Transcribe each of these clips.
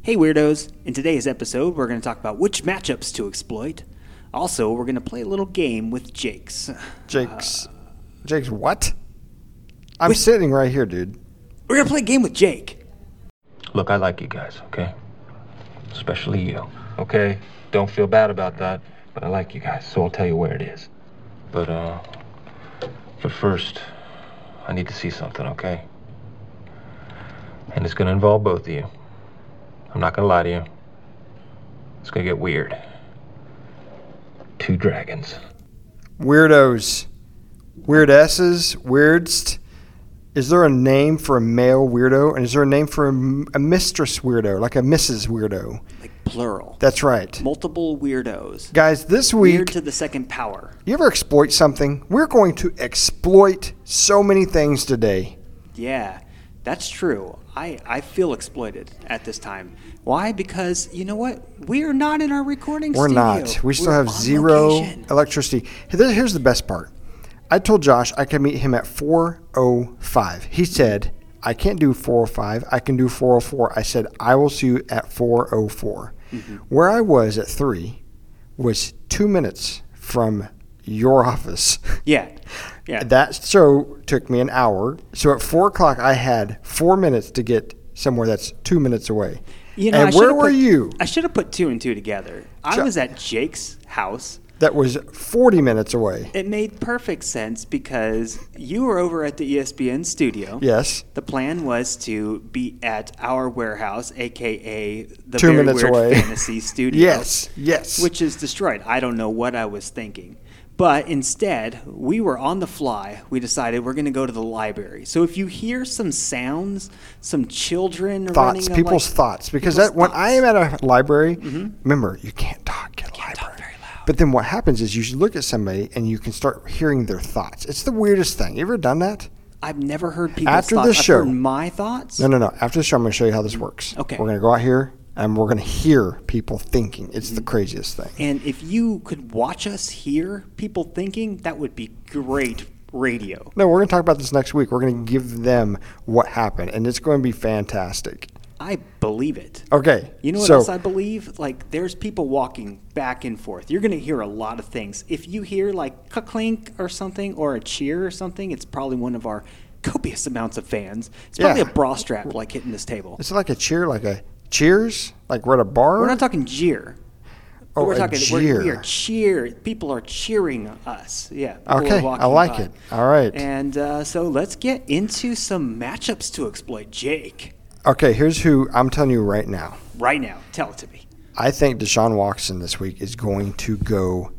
Hey, weirdos! In today's episode, we're going to talk about which matchups to exploit. Also, we're going to play a little game with Jake's. Jake's. Jake's what? I'm sitting right here, dude. We're going to play a game with Jake. Look, I like you guys, okay? Especially you, okay? Don't feel bad about that, but I like you guys, so I'll tell you where it is. But, uh, but first, I need to see something, okay? And it's gonna involve both of you. I'm not gonna lie to you. It's gonna get weird. Two dragons. Weirdos. Weirdesses. Weirdst. Is there a name for a male weirdo? And is there a name for a, m- a mistress weirdo, like a Mrs. weirdo? Like, plural. That's right. Multiple weirdos. Guys, this week, Weird to the second power. you ever exploit something? We're going to exploit so many things today. Yeah, that's true. I, I feel exploited at this time. Why? Because you know what? We are not in our recording We're studio. not. We still We're have on zero location. electricity. Hey, there- Here's the best part. I told Josh I could meet him at 4:05. He said, "I can't do 4:05. I can do 4:04." I said, "I will see you at 4:04." Mm-hmm. Where I was at 3 was 2 minutes from your office. Yeah, yeah. That so took me an hour. So at four o'clock, I had four minutes to get somewhere that's two minutes away. You know, and I where should've were put- you? I should have put two and two together. I Ju- was at Jake's house. That was forty minutes away. It made perfect sense because you were over at the E ESPN studio. Yes. The plan was to be at our warehouse, aka the Two very minutes weird away. fantasy studio. Yes, yes. Which is destroyed. I don't know what I was thinking. But instead, we were on the fly. We decided we're going to go to the library. So if you hear some sounds, some children running, thoughts, I'm people's like- thoughts. Because people's that when I am thoughts. Mm-hmm. at a library, remember you can't talk at a library. talk very loud. But then what happens is you look at somebody and you can start hearing their thoughts. It's the weirdest thing. You ever done that? I've never heard people's After thoughts. this I've show- heard my thoughts. No, no, no. After the show, I'm going to show you how this works. Okay. We're going to go out here and we're going to hear people thinking. It's the craziest thing. Mm-hmm. And if you could watch us hear people thinking, that would be great radio. No, we're going to talk about this next week. We're going to give them what happened, and it's going to be fantastic. I believe it. Okay. You know what so, else I believe? Like, there's people walking back and forth. You're going to hear a lot of things. If you hear, like, clink or something, or a cheer or something, it's probably one of our copious amounts of fans. It's probably Yeah. a bra strap, like, hitting this table. It's like a cheer, like a cheers, like we're at a bar. We're not talking jeer. Oh, we're a talking, We're, we jeer. are cheer. People are cheering us. Yeah. people are Okay, I walking like by. it. All right. And uh, so let's get into some matchups to exploit Jake okay, here's who I'm telling you right now. right now. Tell it to me. I think Deshaun Watson this week is going to go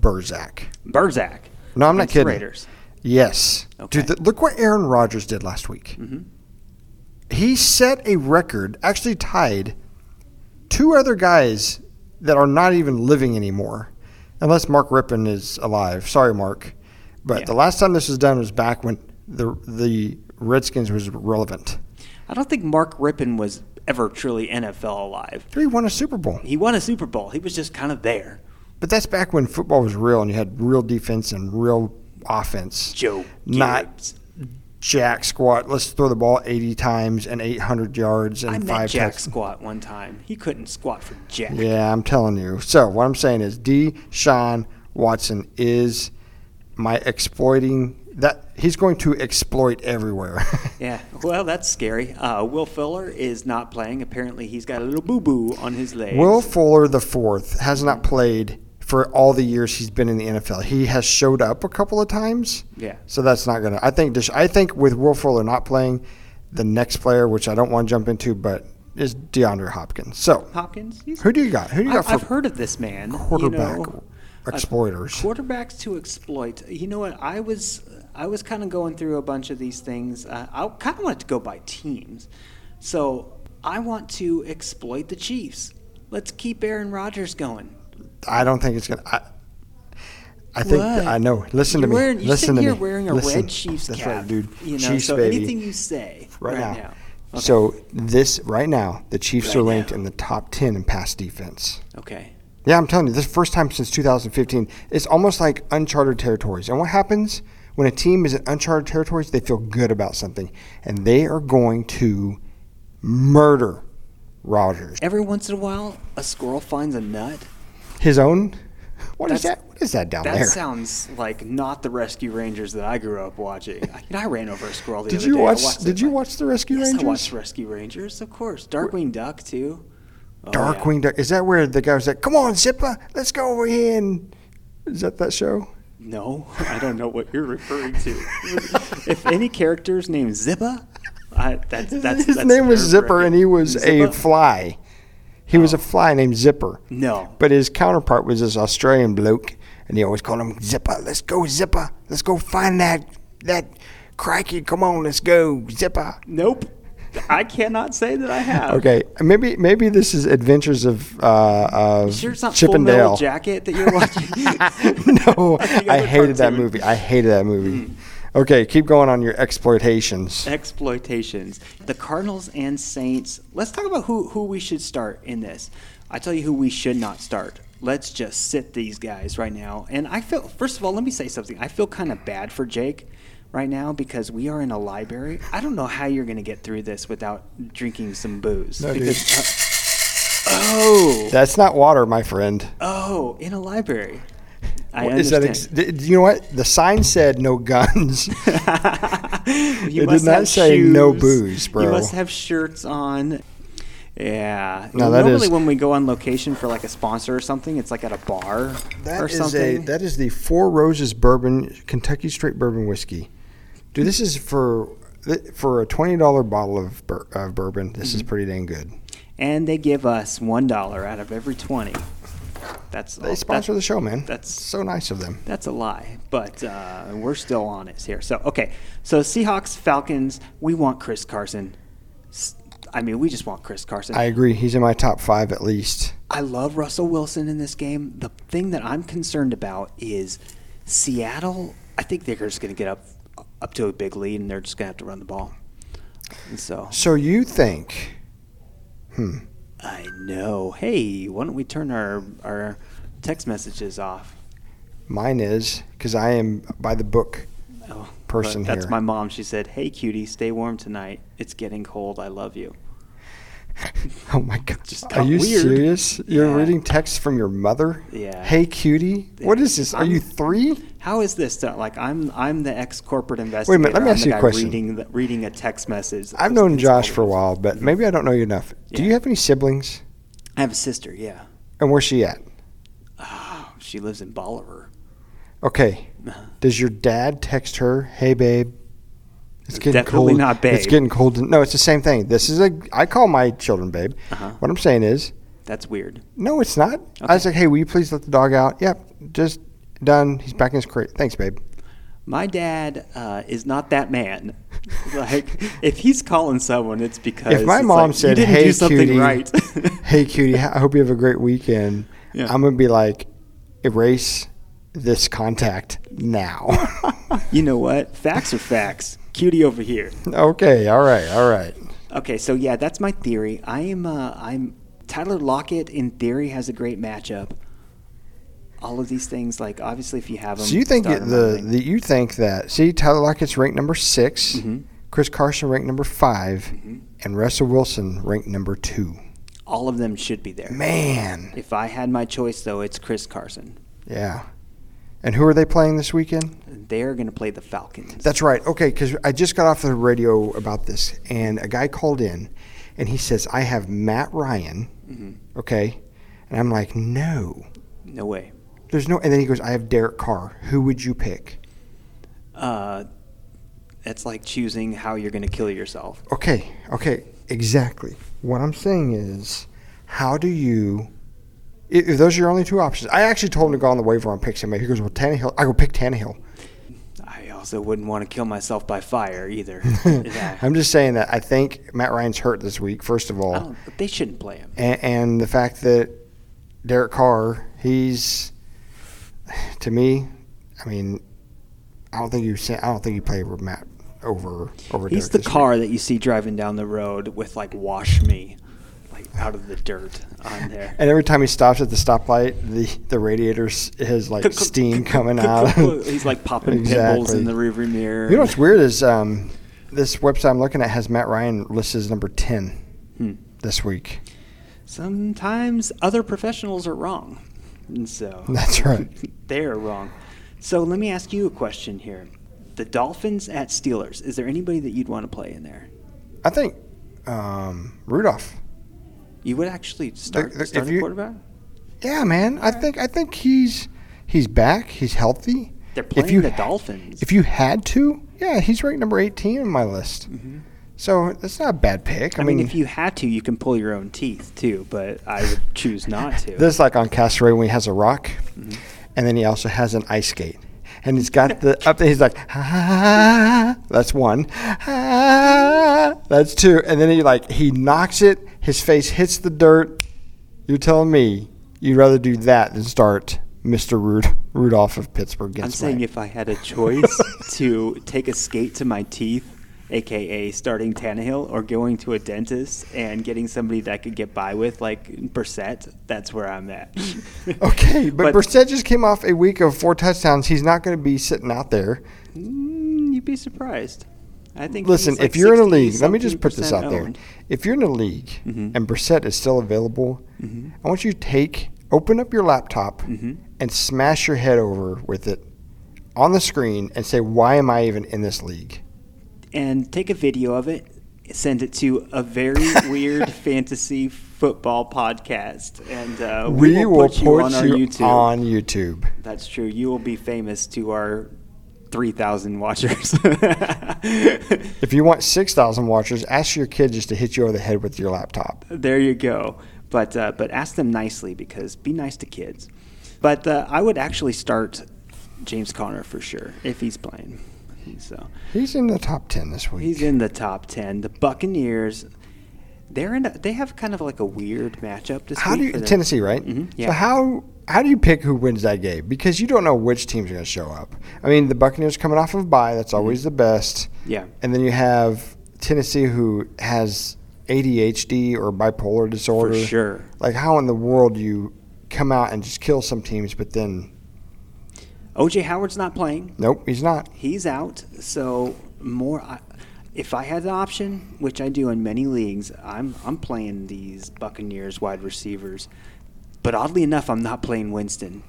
Burzak. Burzak. No, I'm not against kidding. Raiders. Yes. Okay. Mm-hmm. Dude, th- look what Aaron Rodgers did last week. He set a record, actually tied two other guys that are not even living anymore, unless Mark Rippon is alive. Sorry, Mark. But Yeah. the last time this was done was back when the the Redskins was relevant. I don't think Mark Rippon was ever truly NFL alive. He won a Super Bowl. He won a Super Bowl. He was just kind of there. But that's back when football was real and you had real defense and real offense. Joe Not- Gibbs. Jack squat. Let's throw the ball 80 times and 800 yards and I met five Jack touchdowns. squat one time. He couldn't squat for Jack. Yeah, I'm telling you. So what I'm saying is, D. Sean Watson is my exploiting that he's going to exploit everywhere. Yeah, well, that's scary. Uh, Will Fuller is not playing. Apparently, he's got a little boo boo on his leg. Will Fuller the fourth has not played for all the years he's been in the NFL. He has showed up a couple of times. Yeah. So that's not gonna. I think. Desha- I think with Will Fuller not playing, the next player, which I don't want to jump into, but is DeAndre Hopkins. So Hopkins? He's, who do you got? Who do you I, got I've for heard of this man. you know. quarterback Uh, exploiters? quarterbacks to exploit. You know what? I was I was kind of going through a bunch of these things. Uh, I kind of wanted to go by teams. So I want to exploit the Chiefs. Let's keep Aaron Rodgers going. I don't think it's gonna. I, I think What? I know. Listen You're to me. wearing- you're Listen sitting to here me. wearing a Listen. red Chiefs That's cap. right, dude. You know, Chiefs so baby. anything you say right, now. Okay. So this right now, the Chiefs Right are ranked now. in the top ten in pass defense. okay. Yeah, I'm telling you, this is the first time since 2015, it's almost like uncharted territories. And what happens when a team is in uncharted territories? They feel good about something, and they are going to murder Rogers. Every once in a while, a squirrel finds a nut. His own. What is That's- that? What is that down That there? sounds like not the Rescue Rangers that I grew up watching. I, mean, I ran over a squirrel the did other you day. I watch? watched Did it, you like, watch the Rescue Yes, Rangers? I watched Rescue Rangers, of course. Darkwing Duck too. Oh, yeah. Darkwing Duck. Is that where the guy was like, "Come on, Zippa, let's go over here"? And is that that show? No, I don't know what you're referring to. if any character's named Zippa, I, that's, that's His that's name was Zipper, nerve-wracking. and he was a Zippa? fly. He Oh. was a fly named Zipper. No, But his counterpart was this Australian bloke, and he always called him Zipper. Let's go, Zipper. Let's go find that that crikey. Come on, let's go, Zipper. nope. I cannot say that I have. Okay, maybe maybe this is Adventures of uh, of Sure, it's not Chip Full and Metal Dale. Jacket that you're watching. no, think I other hated that cartoon. Hmm. movie. I hated that movie. Okay, keep going on your exploitations. Eh. exploitations. The Cardinals and Saints. Let's talk about who, who we should start in this. I tell you who we should not start. Let's just sit these guys right now. And I feel, first of all, let me say something. I feel kind of bad for Jake right now because we are in a library. I don't know how you're going to get through this without drinking some booze. No, dude. because, oh, That's not water, my friend. oh, in a library. I What is that? understand. Ex- d- you know what? The sign said no guns. you It did must not have say no shoes. booze, bro. You must have shirts on. Yeah. No, that Normally, is- when we go on location for like a sponsor or something, it's like at a bar That or is something. a that is the Four Roses Bourbon Kentucky Straight Bourbon Whiskey. Dude, this is for for a twenty dollar bottle of, bur- of bourbon. This Mm-hmm. is pretty dang good. and they give us one dollar out of every twenty. That's They sponsor Oh, that- the show, man. that's- so nice of them. That's a lie, but uh, we're still on it here. So okay, so Seahawks, Falcons. We want Chris Carson. S- I mean, we just want Chris Carson. I agree. He's in my top five at least. I love Russell Wilson in this game. The thing that I'm concerned about is Seattle. I think they're just going to get up up to a big lead, and they're just going to have to run the ball. And so So you think? Hmm. I know. Hey, why don't we turn our our text messages off? Mine is because I am by the book. Oh, Person but that's here. my mom. She said, "Hey, cutie, stay warm tonight. It's getting cold. I love you." Oh my god! Just Are got you weird. serious? You're Yeah. reading texts from your mother? Yeah. Hey, cutie. What is this? Are you I'm- three? How is this done? Like I'm I'm the ex corporate investigator. let me I'm ask the you a guy question. Reading the, reading a text message. that I've was known Josh consulted. for a while, but maybe I don't know you enough. Do Yeah. you have any siblings? I have a sister. Yeah. And where's she at? Oh, she lives in Bolivar. Okay. Uh-huh. Does your dad text her, "Hey, babe"? It's getting Definitely cold. not It's babe. getting cold. No, it's the same thing. This is a. I call my children babe. Uh-huh. What I'm saying is, That's weird. No, it's not. I was like, hey, will you please let the dog out? Yep, just done. He's back in his crate. Thanks, babe. My dad uh, is not that man. Like, if he's calling someone, it's because if my it's mom like, said, you didn't hey, do something cutie, right." hey, cutie, I hope you have a great weekend, Yeah. I'm going to be like, erase this contact now. you know what? Facts are facts. Cutie over here. okay, all right, all right. Okay, so yeah, that's my theory. I am. Uh, I'm Tyler Lockett. In theory, has a great matchup. All of these things, like obviously, if you have them, So you think it- the, the you think that see Tyler Lockett's ranked number 6 Mm-hmm. Chris Carson ranked number 5 and Russell Wilson ranked number two. all of them should be there. Man, If I had my choice, though, it's Chris Carson. yeah. And who are they playing this weekend? They're going to play the Falcons. That's right. Okay, because I just got off the radio about this, and a guy called in, and he says, "I have Matt Ryan." Okay, and I'm like, "No, no way. there's no." And then he goes, "I have Derek Carr. Who would you pick?" uh, it's like choosing how you're going to kill yourself. Okay, okay, exactly. What I'm saying is, how do you? i- If those are your only two options, I actually told him to go on the waiver on pick somebody. He goes, "Well, Tannehill." I go pick Tannehill. I also wouldn't want to kill myself by fire either. Yeah. I'm just saying that I think Matt Ryan's hurt this week. First of all, I don't, but they shouldn't play him. and, and the fact that Derek Carr, he's to me, I mean, I don't think you say I don't think you play over Matt over over. He's Derek the this week. car that you see driving down the road with like "Wash Me," like out of the dirt on there. And every time he stops at the stoplight, the the radiator's his like steam coming out. He's like popping pimples in the rearview mirror. You know what's weird is um, this website I'm looking at has Matt Ryan listed as number ten Hmm. this week. sometimes other professionals are wrong. And so That's right. they're wrong. So let me ask you a question here. The Dolphins at Steelers, is there anybody that you'd want to play in there? I think um, Rudolph. You would actually start The- the- if start a you- quarterback? Yeah, man. I think I think he's he's back. He's healthy. They're playing you the ha- Dolphins. If you had to, yeah, he's ranked number 18 on my list. So that's not a bad pick. Mm-hmm. I, I mean, mean, if you had to, you can pull your own teeth too, but I would choose not to. this is like on Castaway when he has a rock, Mm-hmm. and then he also has an ice skate, and he's got the up there. He's like, ah, that's one, ah, that's two, and then he like he knocks it. His face hits the dirt. You're telling me you'd rather do that than start Mr. Rud- Rudolph of Pittsburgh? I'm Gets saying ranked. if I had a choice to take a skate to my teeth, aka starting Tannehill, or going to a dentist and getting somebody that I could get by with, like Brissett, that's where I'm at. Okay, but, Brissett just came off a week of four touchdowns. He's not going to be sitting out there. Mm, you'd be surprised. I think. Listen, he's like if you're in a 60 league, let me just something put this percent out there. owned. Mm-hmm. If you're in a league and Brissett is still available, I want you to take, open up your laptop Mm-hmm. and smash your head over with it on the screen and say, why am I even in this league? and take a video of it, send it to a very weird fantasy football podcast, and uh, we, will, put you on our YouTube. on YouTube. That's true. You will be famous to our 3,000 watchers. If you want 6,000 watchers, ask your kid just to hit you over the head with your laptop. there you go. But, uh, but ask them nicely because be nice to kids. But uh, I would actually start James Conner for sure if he's playing. So He's in the top 10 this week. he's in the top 10. The Buccaneers, they're in a, they have kind of like a weird matchup this How do week. you, for them. Tennessee, right? Mhm, So yeah. how how do you pick who wins that game? Because you don't know which team's going to show up. I mean, the Buccaneers coming off of a bye, that's always the Mm-hmm. best. Yeah. And then you have Tennessee who has ADHD or bipolar disorder. sure. Like how in the world do you come out and just kill some teams but then OJ Howard's not playing. nope, he's not. he's out. So more, I, if I had the option, which I do in many leagues, I'm I'm playing these Buccaneers wide receivers. But oddly enough, I'm not playing Winston,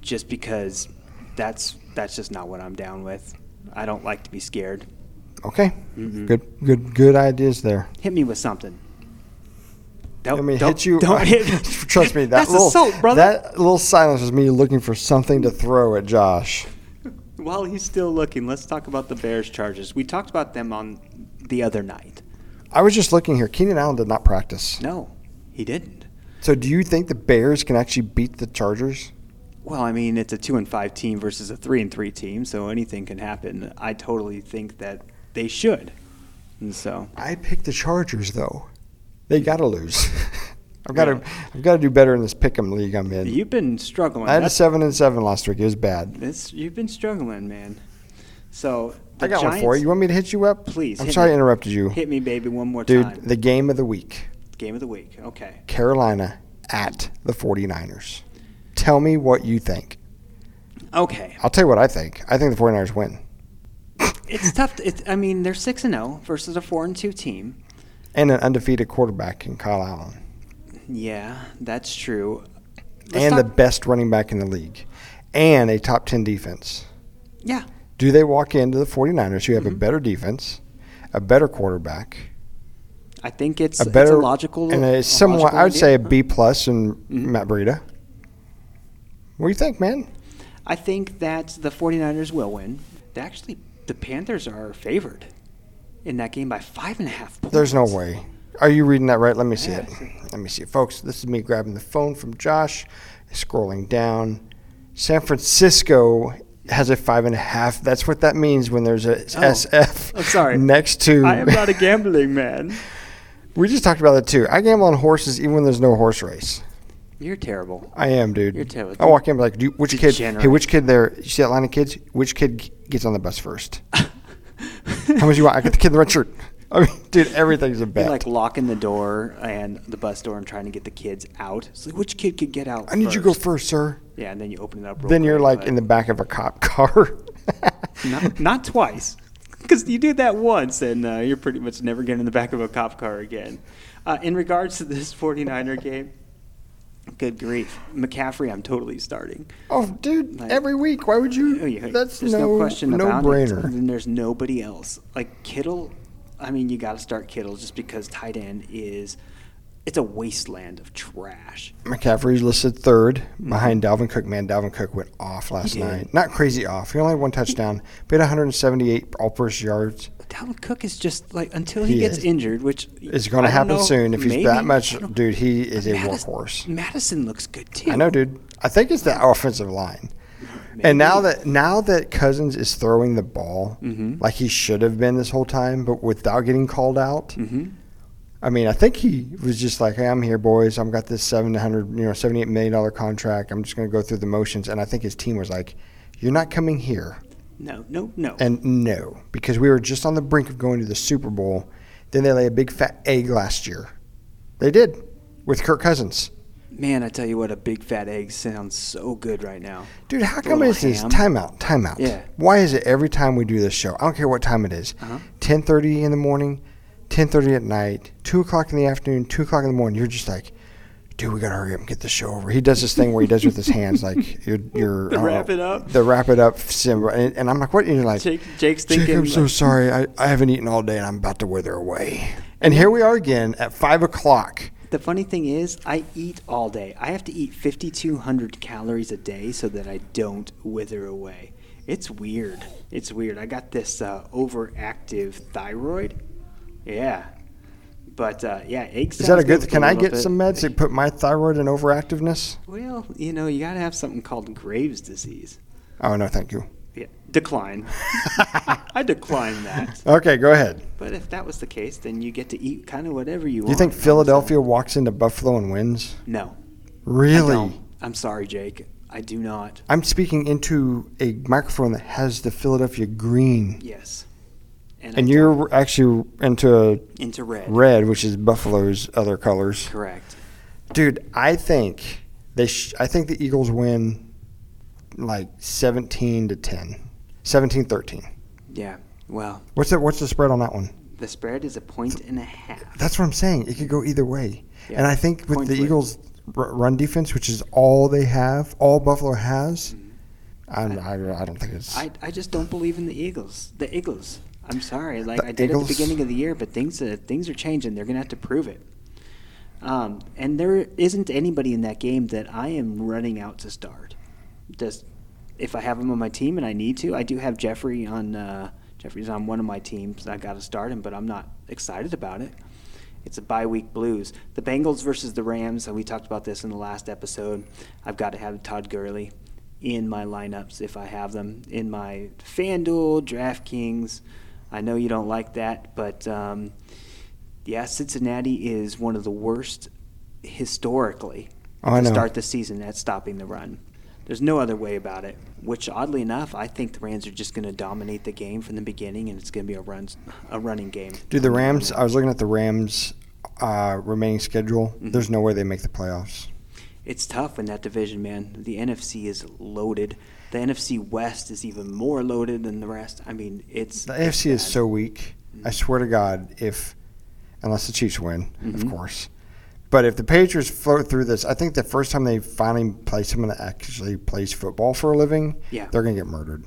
just because that's that's just not what I'm down with. I don't like to be scared. Okay. Mm-hmm. Good good good ideas there. Hit me with something. Don't, I mean, don't- hit you. Don't hit. me. Trust me, that that's little assault, brother. that little silence was me looking for something to throw at Josh. While he's still looking, let's talk about the Bears' charges. We talked about them on the other night. I was just looking here. Keenan Allen did not practice. No, he didn't. So do you think the Bears can actually beat the Chargers? Well, I mean, it's a two and five team versus a three and three team, so anything can happen. I totally think that they should. And so, I picked the Chargers though. They got to lose. I've got to I've got to do better in this pick'em league I'm in. you've been struggling. I had a That's- 7 and 7 last week. It was bad. it's- you've been struggling, man. So I got one for you. You want me to hit you up? Please, I'm hit sorry me. I interrupted you. Hit me, baby, one more Dude, time. the game of the week. Game of the week. Okay. Carolina at the 49ers. Tell me what you think. Okay. I'll tell you what I think. I think the 49ers win. It's tough. To, it's I mean, they're six and zero versus a four and two team. And an undefeated quarterback in Kyle Allen. Yeah, that's true. Let's and the talk- best running back in the league. And a top 10 defense. yeah, Mm-hmm. Do they walk into the 49ers who have a better defense, a better quarterback, I think it's a better it's a logical and a a somewhat logical I would idea. Mm-hmm. say a B plus in Matt Breida. What do you think, man? I think that the 49ers will win. They actually, the Panthers are favored in that game by five and a half points. There's no way. Are you reading that right? Let me see Yeah, it. I see. Let me see it, folks. This is me grabbing the phone from Josh, scrolling down. San Francisco has a five and a half. That's what that means when there's a SF Oh, I'm sorry. next to. I am not a gambling man. we just talked about that too. I gamble on horses even when there's no horse race. You're terrible. I am, dude. You're terrible. I walk in like, dude, which kid? Degenerate. Hey, which kid there? You see that line of kids? Which kid g- gets on the bus first? How much you want? I get the kid in the red shirt. I mean, dude, everything's a bet. You're like locking the door and the bus door and trying to get the kids out. It's like, which kid could get out? I need you to go first, sir. Yeah, and then you open it up. Real Then you're quick, like in the back of a cop car. but not, not twice, because you do that once and uh, you're pretty much never getting in the back of a cop car again. Uh, in regards to this 49er game, good grief. McCaffrey, I'm totally starting. Oh, dude, Like- every week. Why would you? Oh, yeah, That's there's no, no, question no about it. brainer. And there's nobody else. Like Kittle, I mean, you got to start Kittle just because tight end is it's a wasteland of trash. McCaffrey's listed third behind Dalvin Cook. Man, Dalvin Cook went off last did. night. Not crazy off. He only had one touchdown, but he had 178 all purpose yards. Dalvin Cook is just like until he, He gets is. injured, which It's going to I don't happen know, soon if he's maybe. that much. I don't- Dude, he is a Mattis- workhorse. Madison looks good too. I know, dude. I think it's the offensive line. And now that now that Cousins is throwing the ball Mm-hmm. like he should have been this whole time, but without getting called out, I mean, I think he was just like, "Hey, I'm here, boys. I've got this seven hundred, you know, seventy eight million dollar contract. I'm just going to go through the motions." And I think his team was like, "You're not coming here." No, no, no. And no, because we were just on the brink of going to the Super Bowl. Then they lay a big fat egg last year. They did with Kirk Cousins. Man, I tell you what, a big fat egg sounds so good right now. Dude, how come Little it's this ham. timeout, timeout? Yeah. Why is it every time we do this show? I don't care what time it is. Uh-huh. Ten thirty in the morning, ten thirty at night, two o'clock in the afternoon, two o'clock in the morning. You're just like, dude, we gotta hurry up and get this show over. He does this thing where he does with his hands, like you're, you're The I don't wrap it up. the wrap it up sim. And, and I'm like, what? And you're like, Jake, Jake's Jake, thinking. I'm so like, sorry. I, I haven't eaten all day, and I'm about to wither away. And here we are again at five o'clock. The funny thing is, I eat all day. I have to eat 5,200 calories a day so that I don't wither away. It's weird. It's weird. I got this uh, overactive thyroid. Yeah. But uh, yeah, eggs. Is that a good? Can I get some meds that put my thyroid in overactiveness? Well, you know, you got to have something called Graves' disease. Oh no, thank you. Yeah, decline. I decline that. Okay, go ahead. But if that was the case, then you get to eat kind of whatever you Do you want. think So- Philadelphia walks into Buffalo and wins? No. I Really? don't. I'm sorry, Jake. I do not. I'm speaking into a microphone that has the Philadelphia green, Yes. I and you're actually into a into red. red, which is Buffalo's other colors. Correct. Dude, I think they. Sh- I think the Eagles win like 17 to 10, 17-13. Yeah. Well, What's the, What's the spread on that one? the spread is a point and a half. That's what I'm saying. It could go either way. Yeah. And I think with Point the flip. Eagles' r- run defense, which is all they have, all Buffalo has, I'm, I, I don't think it's. Mm-hmm. I, I just don't believe in the Eagles. The Eagles. I'm sorry. Like I did Eagles? at the beginning of the year, but things uh, things are changing. They're gonna have to prove it. Um, and there isn't anybody in that game that I am running out to start. Just if I have him on my team and I need to, I do have Jeffrey on. Uh, Jeffrey's on one of my teams. I got to start him, but I'm not excited about it. It's a bye week blues. The Bengals versus the Rams. and We talked about this in the last episode. I've got to have Todd Gurley in my lineups if I have them in my FanDuel, DraftKings. I know you don't like that, but um, yeah, Cincinnati is one of the worst historically Oh, I to know. start the season at stopping the run. There's no other way about it. Which, oddly enough, I think the Rams are just going to dominate the game from the beginning, and it's going to be a run, a running game. Do the Rams? I was looking at the Rams' uh, remaining schedule. Mm-hmm. There's no way they make the playoffs. It's tough in that division, man. The NFC is loaded. The NFC West is even more loaded than the rest. I mean, it's The AFC is bad. Mm-hmm. so weak. I swear to God, if unless the Chiefs win, Mm-hmm. of course. But if the Patriots float through this, I think the first time they finally play someone that actually plays football for a living, Yeah. they're gonna get murdered.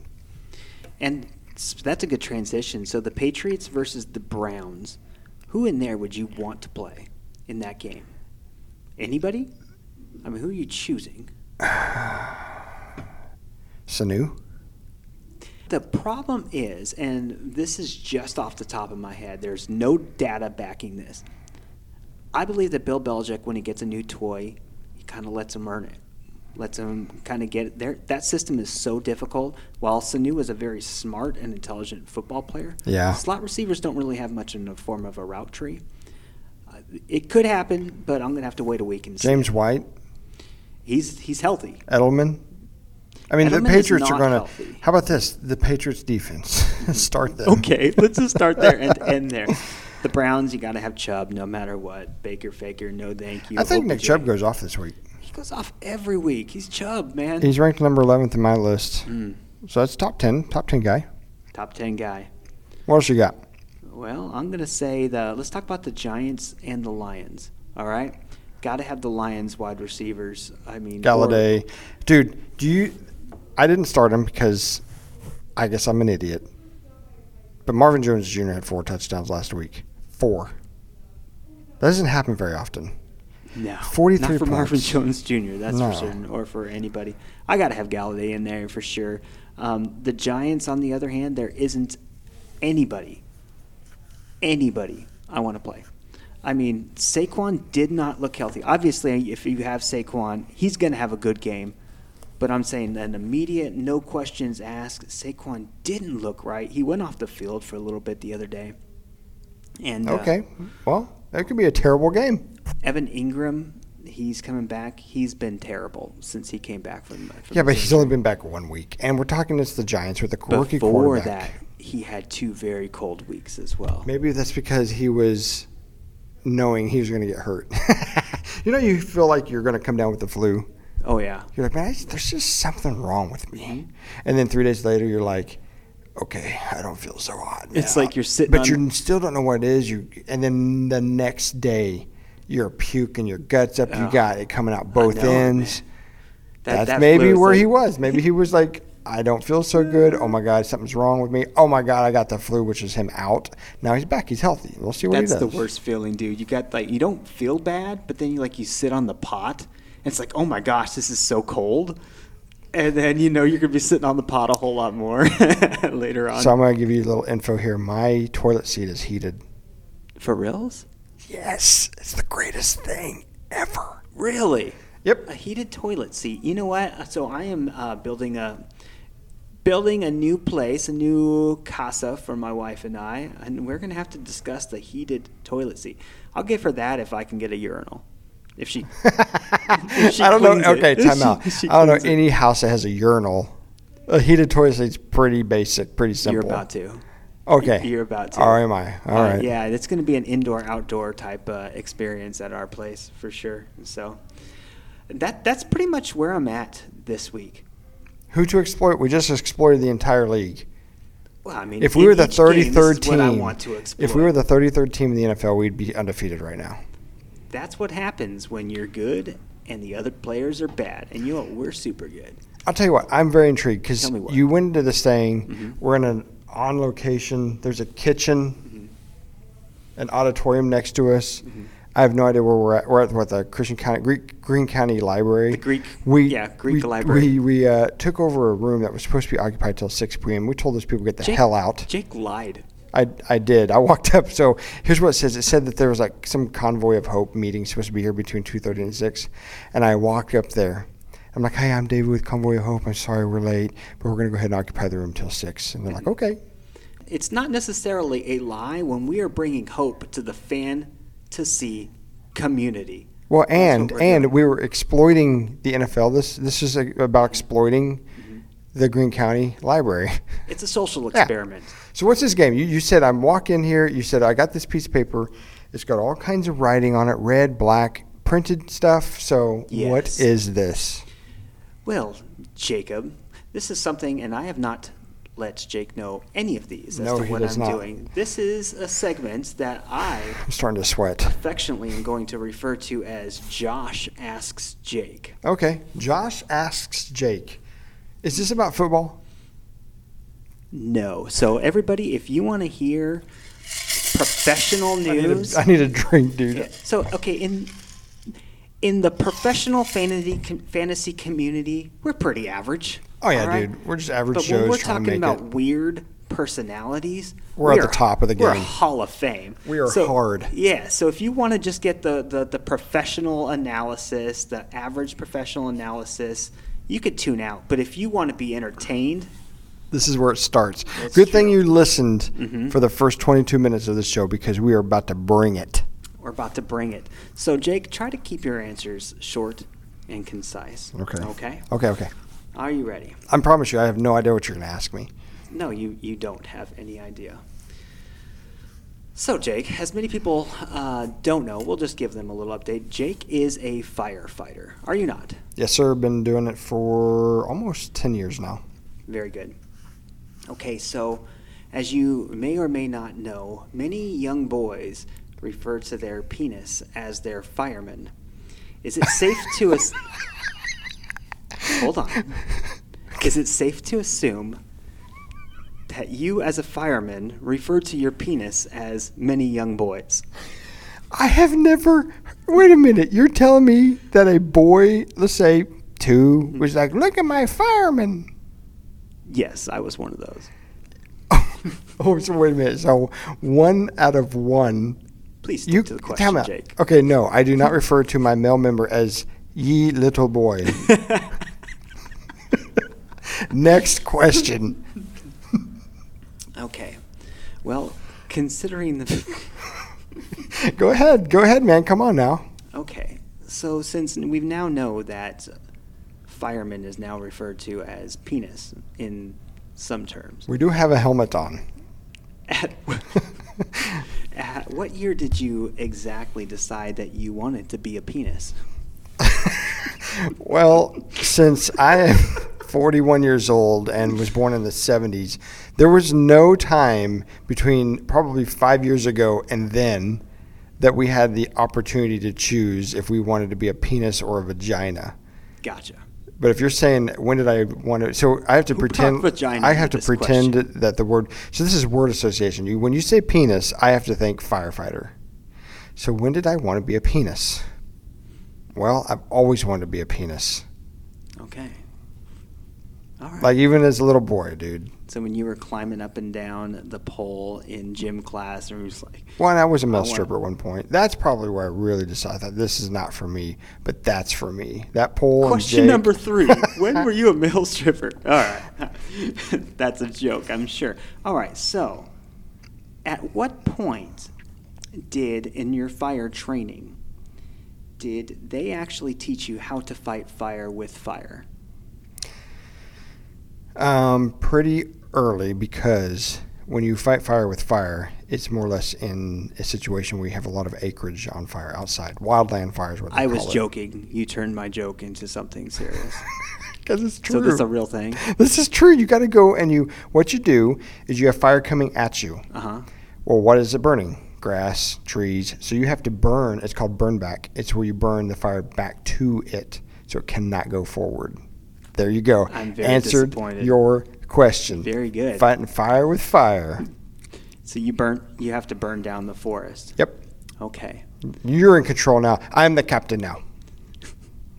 And s- that's a good transition. So the Patriots versus the Browns. Who in there would you want to play in that game? Anybody? I mean, who are you choosing? Sanu. The problem is, and this is just off the top of my head, there's no data backing this. I believe that Bill Belichick, when he gets a new toy, he kind of lets him earn it, lets him kind of get it there. That system is so difficult. While Sanu is a very smart and intelligent football player, Yeah. slot receivers don't really have much in the form of a route tree. Uh, it could happen, but I'm going to have to wait a week and see. James White, He's, he's healthy. Edelman. I mean, the Edelman is Patriots are not going to. healthy. How about this? The Patriots defense. Start them. Okay, let's just start there and end there. The Browns, you got to have Chubb no matter what. Baker, Faker, no thank you. I think Nick OBJ. Chubb goes off this week. He goes off every week. He's Chubb, man. He's ranked number 11th in my list. Mm. So that's top 10, top 10 guy. Top 10 guy. What else you got? Well, I'm going to say the let's talk about the Giants and the Lions. All right? Got to have the Lions wide receivers. I mean, or- Galladay, dude. Do you? I didn't start him because I guess I'm an idiot. But Marvin Jones Jr. had four touchdowns last week. Four. That doesn't happen very often. no. 43 Not for Marvin points. Jones Jr., that's No. for certain, or for anybody. I got to have Galladay in there for sure. Um, the Giants, on the other hand, there isn't anybody, anybody I want to play. I mean, Saquon did not look healthy. Obviously, if you have Saquon, he's going to have a good game. But I'm saying an immediate, no questions asked. Saquon didn't look right. He went off the field for a little bit the other day. And uh, Okay. Well, that could be a terrible game. Evan Ingram, he's coming back. He's been terrible since he came back from. from Yeah, but his he's only been back one week, and we're talking against the Giants with a injury. quirky before quarterback. that. He had two very cold weeks as well. Maybe that's because he was knowing he was going to get hurt. you know, you feel like you're going to come down with the flu. Oh yeah, You're like, man, I, there's just something wrong with me. Mm-hmm. And then three days later, you're like, okay, I don't feel so hot. It's now. like you're sitting but on- you still don't know what it is. You, and then the next day, you're puking your guts up. You Ugh. got it coming out both know, man. ends. That- That's that maybe flu is where he like- was. Maybe he was like, I don't feel so good. Oh my God, something's wrong with me. Oh my God, I got the flu, which is him out. Now he's back. He's healthy. We'll see what that's he does. the worst feeling, dude. You got like you don't feel bad, but then you like you sit on the pot. And it's like, oh my gosh, this is so cold. And then you know you're gonna be sitting on the pot a whole lot more later on. So I'm going to give you a little info here. My toilet seat is heated. For reals? Yes, it's the greatest thing ever. Really? Yep. A heated toilet seat. You know what? So I am uh, building a building a new place, a new casa for my wife and I, and we're gonna have to discuss the heated toilet seat. I'll give her that if I can get a urinal. If she, I If she don't know. cleans it. Okay, If time she- out. if she I don't cleans know it. any house that has a urinal. A heated toilet seat's pretty basic, pretty you're simple. about to. Okay. You're about to. All right, am I? All Uh, right. Yeah, it's going to be an indoor outdoor type uh, experience at our place for sure. So that that's pretty much where I'm at this week. Who to exploit? We just exploited the entire league. Well, I mean, If we in were the each game, this 33rd is what I team, want to If we were explore. the 33rd team in the NFL, we'd be undefeated right now. that's what happens when you're good and the other players are bad. And you know what? We're super good. I'll tell you what, I'm very intrigued because Tell me what. you went into this thing. We're in an on location. There's a kitchen, Mm-hmm. an auditorium next to us. I have no idea where we're at. We're at what the Christian County Greek, Green County Library. The Greek- we yeah, Greek we- library. We we uh, took over a room that was supposed to be occupied till 6 p.m. We told those people get the hell out. Jake lied. I, I did. I walked up. So here's what it says. It said that there was like some convoy of hope meeting supposed to be here between two thirty and six, and I walked up there. I'm like, hey, I'm David with Convoy of Hope. I'm sorry we're late, but we're gonna go ahead and occupy the room till six. And they're like, Mm-hmm. okay. It's not necessarily a lie when we are bringing hope to the fan to see community. Well, what and we're and doing. we were exploiting the NFL. This this is a, about exploiting the Green County Library. Mm-hmm. It's a social Yeah. experiment. So what's this game? You, you said I'm walking here. You said I got this piece of paper. It's got all kinds of writing on it, red, black, printed stuff. So what Yes. is this? Well, Jacob, this is something, and I have not let Jake know any of these as No, to he what does I'm not. doing. This is a segment that I I'm starting to sweat. affectionately am going to refer to as Josh Asks Jake. Okay. Josh asks Jake, "Is this about football?" No. So, everybody, if you want to hear professional I need, news. a, I need a drink, dude. So, okay, in. In the professional fantasy com- fantasy community, we're pretty average. Oh yeah, all right? dude. We're just average But Joes when we're trying talking to make about it. weird personalities, We're we at the top of the We're game. Hall of Fame. We are hard. Yeah. So if you want to just get the, the the professional analysis, the average professional analysis, you could tune out. But if you want to be entertained, This is where it starts. That's Mm-hmm. Good thing you listened for the first 22 minutes of this show because we are about to bring it. we're about to bring it. So Jake, try to keep your answers short and concise. Okay. Okay. Okay. Okay. Are you ready? I promise you, I have no idea what you're going to ask me. No, you, you don't have any idea. So, Jake, as many people uh, don't know, we'll just give them a little update. Jake is a firefighter. Are you not? Yes, sir. Been doing it for almost 10 years now. Very good. Okay, so As you may or may not know, many young boys refer to their penis as their fireman. Is it safe to us? Hold on. Is it safe to assume that you, as a fireman, refer to your penis as many young boys? I have never. Wait a minute. You're telling me that a boy, let's say two, was like, look at my fireman. Yes, I was one of those. Oh, so wait a minute. So one out of one. Please stick You to the time question, out. Jake. Okay, no, I do not refer to my male member as ye little boy. Next question. Okay. Well, considering the. Go ahead. Go ahead, man. Come on now. Okay. So since we now know that fireman is now referred to as penis in some terms, We do have a helmet on. at, at what year did you exactly decide that you wanted to be a penis? Well, since I am 41 years old and was born in the 70s, there was no time between probably five years ago and then that we had the opportunity to choose if we wanted to be a penis or a vagina. Gotcha. But if you're saying when did I want to, so I have to brought pretend. vagina I have into to this pretend that the word. So this is word association. You, when you say penis, I have to think firefighter. So when did I want to be a penis? Well, I've always wanted to be a penis. Okay. All right. Like even as a little boy, dude. so when you were climbing up and down the pole in gym class, and it was like, Well, and I was a male wanna- stripper at one point. That's probably where I really decided that this is not for me, but that's for me. That pole. Question and Jake- number three. when were you a male stripper? All right. That's a joke, I'm sure. All right. So, at what point did, in your fire training, did they actually teach you how to fight fire with fire? Um, pretty early because when you fight fire with fire, it's more or less in a situation where you have a lot of acreage on fire outside. Wildland fires. What they I was call joking. You turned my joke into something serious. Because it's true. so, this is a real thing? this is true. You got to go and you. What you do is you have fire coming at you. Uh huh. Well, what is it burning? Grass, trees. So you have to burn. It's called burn back. It's where you burn the fire back to it, so it cannot go forward. There you go. I'm very Answered disappointed. your question. Very good. Fighting fire with fire. So, you burn, you have to burn down the forest. Yep. Okay. You're in control now. I'm the captain now.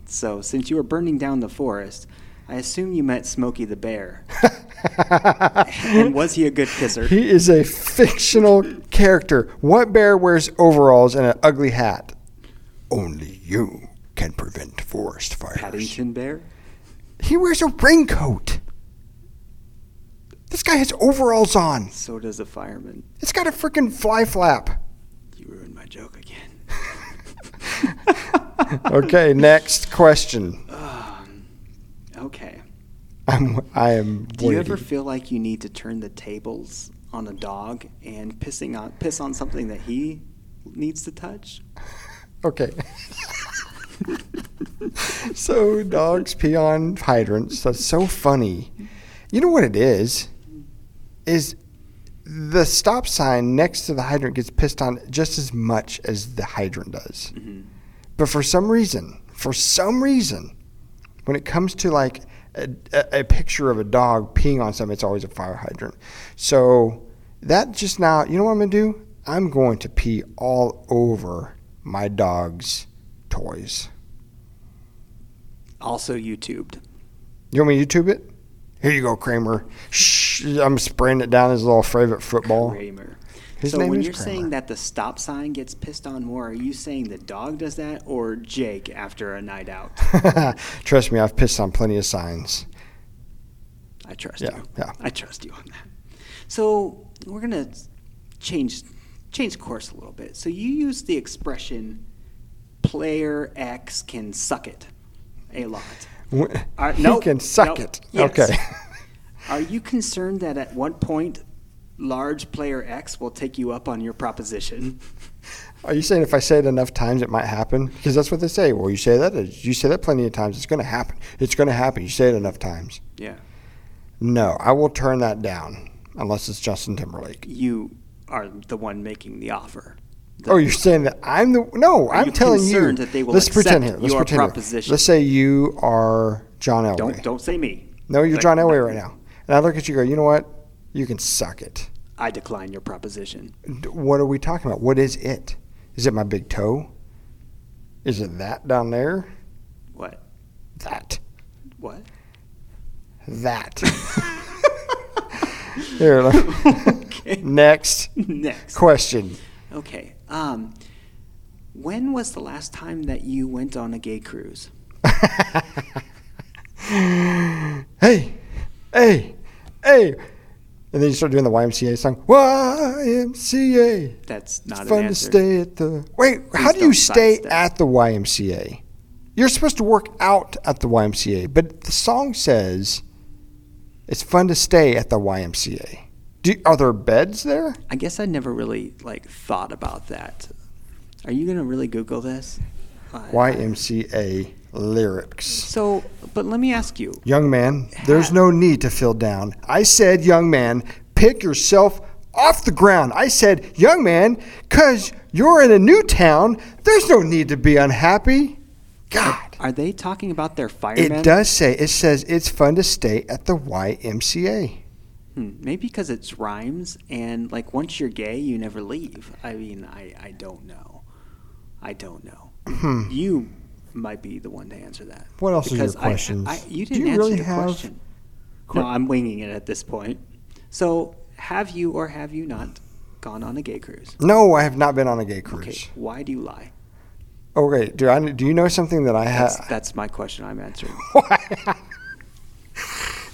So, since you were burning down the forest, I assume you met Smokey the Bear. and was he a good kisser? He is a fictional character. What bear wears overalls and an ugly hat? Only you can prevent forest fires. Paddington Bear? He wears a raincoat. This guy has overalls on. So does a fireman. It's got a freaking fly flap. You ruined my joke again. Okay, next question. Um, Okay. I'm I am Do you ever waiting. feel like you need to turn the tables on a dog and pissing on piss on something that he needs to touch? Okay. so dogs pee on hydrants. That's so funny. You know what it is? Is the stop sign next to the hydrant gets pissed on just as much as the hydrant does. But for some reason, for some reason, when it comes to like a, a, a picture of a dog peeing on something, it's always a fire hydrant. So that just now, you know what I'm going to do? I'm going to pee all over my dog's toys. Also YouTubed. You want me to YouTube it? Here you go, Kramer. Shh, I'm spraying it down his little favorite football. Kramer. His so name when is you're saying Kramer. that the stop sign gets pissed on more, are you saying the dog does that or Jake after a night out? Trust me, I've pissed on plenty of signs. I trust Yeah, you. yeah. I trust you on that. So we're gonna change change course a little bit. So you use the expression "player X can suck it" a lot. W- All right, he Uh, nope, can nope, suck it. yes. Okay. Are you concerned that at one point, large player X will take you up on your proposition? Are you saying if I say it enough times, it might happen? Because that's what they say. Well, you say that, uh, you say that plenty of times, it's going to happen. It's going to happen. You say it enough times. Yeah. No, I will turn that down. unless it's Justin Timberlake. You are the one making the offer. Oh, you're saying that I'm the no? I'm you telling you. concerned that they will let's pretend accept here. Let's your pretend proposition? Here. Let's say you are John Elway. Don't don't say me. No, you're Like, John Elway right now. And I look at you and go, you know what? You can suck it. I decline your proposition. D- What are we talking about? What is it? Is it my big toe? Is it that down there? What? That. What? That. Here, let- Okay. next Next. question. Okay. Um, when was the last time that you went on a gay cruise? Hey, hey, hey. And then you start doing the YMCA song. YMCA. That's not fun an to answer. stay at the. Wait, how Please do you don't stay sidestep. at the YMCA? You're supposed to work out at the YMCA, but the song says it's fun to stay at the YMCA. Do, are there beds there? I guess I never really like thought about that. Are you gonna really Google this? Uh, YMCA lyrics. So, but let me ask you. Young man, there's no need to feel down. I said, young man, pick yourself off the ground. I said, young man, because you're in a new town, there's no need to be unhappy. God. Are they talking about their firemen? It does say it says it's fun to stay at the YMCA. Hmm, maybe because it's rhymes, and like once you're gay, you never leave. I mean, I, I don't know. I don't know. Hmm. You might be the one to answer that. What else are your Because I- questions? I, you Do didn't you answer really the have question. no, I'm winging it at this point. So, have you or have you not gone on a gay cruise? No, I have not been on a gay cruise. Okay. Why do you lie? Okay, do I do you know something that I That's, have? that's my question. I'm answering.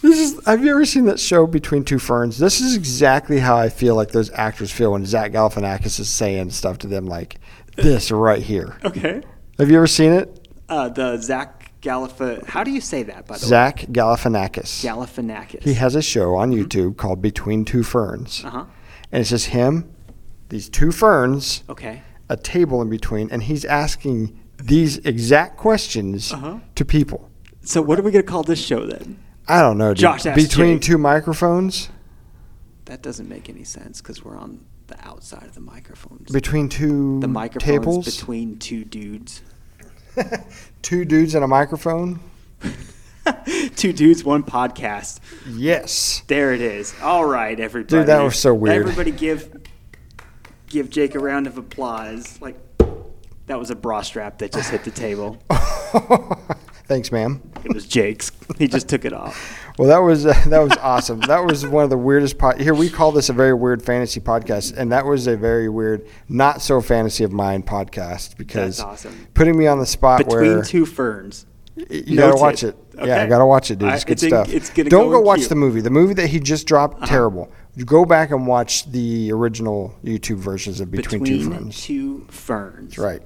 This is have you ever seen that show Between Two Ferns? This is exactly how I feel like those actors feel when Zach Galifianakis is saying stuff to them like this right here. Okay. Have you ever seen it? Uh, the Zach Galifa. How do you say that? By the way, Zach Galifianakis. Galifianakis. He has a show on YouTube called Between Two Ferns. Mm-hmm. Uh-huh. And it's just him, these two ferns, Okay. a table in between, and he's asking these exact questions Uh-huh. to people. So, what are we gonna call this show then? I don't know, dude. Josh asked between Jake. two microphones, That doesn't make any sense because we're on the outside of the microphones. between two the microphones tables, between two dudes. two dudes and a microphone. two dudes, one podcast. Yes. There it is. All right, everybody. that was so weird. Everybody give give Jake a round of applause. Like that was a bra strap that just hit the table. Thanks, ma'am. It was Jake's. He just took it off. Well, that was uh, that was awesome. That was one of the weirdest pod. Here we call this a very weird fantasy podcast, and that was a very weird, not so fantasy of mine podcast because That's awesome. putting me on the spot Between where two ferns. You gotta Noted. watch it. Yeah, I Okay. gotta watch it, dude. I- It's good it's in- stuff. it's gonna Don't go go, in watch queue. Uh-huh. the movie. The movie that he just dropped, terrible. You go back and watch the original YouTube versions of Between, Two Friends. two ferns. Right.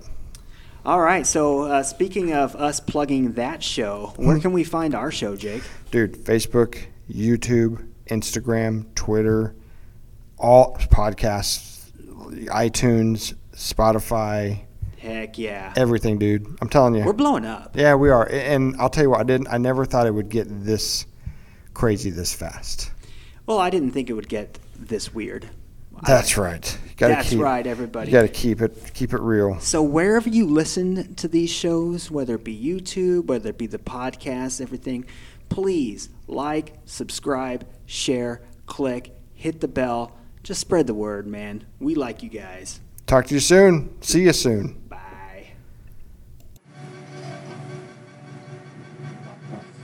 All right. So uh, speaking of us plugging that show, Hmm. where can we find our show, Jake? Dude, Facebook, YouTube, Instagram, Twitter, all podcasts, iTunes, Spotify, Heck yeah. everything, dude. I'm telling you. We're blowing up. yeah, we are. And I'll tell you what, I didn't I never thought it would get this crazy this fast. Well, I didn't think it would get this weird. That's right. You gotta That's keep- right, everybody. You got to keep it keep it real. So wherever you listen to these shows, whether it be YouTube, whether it be the podcast, everything, please like, subscribe, share, click, hit the bell. Just spread the word, man. We like you guys. Talk to you soon. See you soon.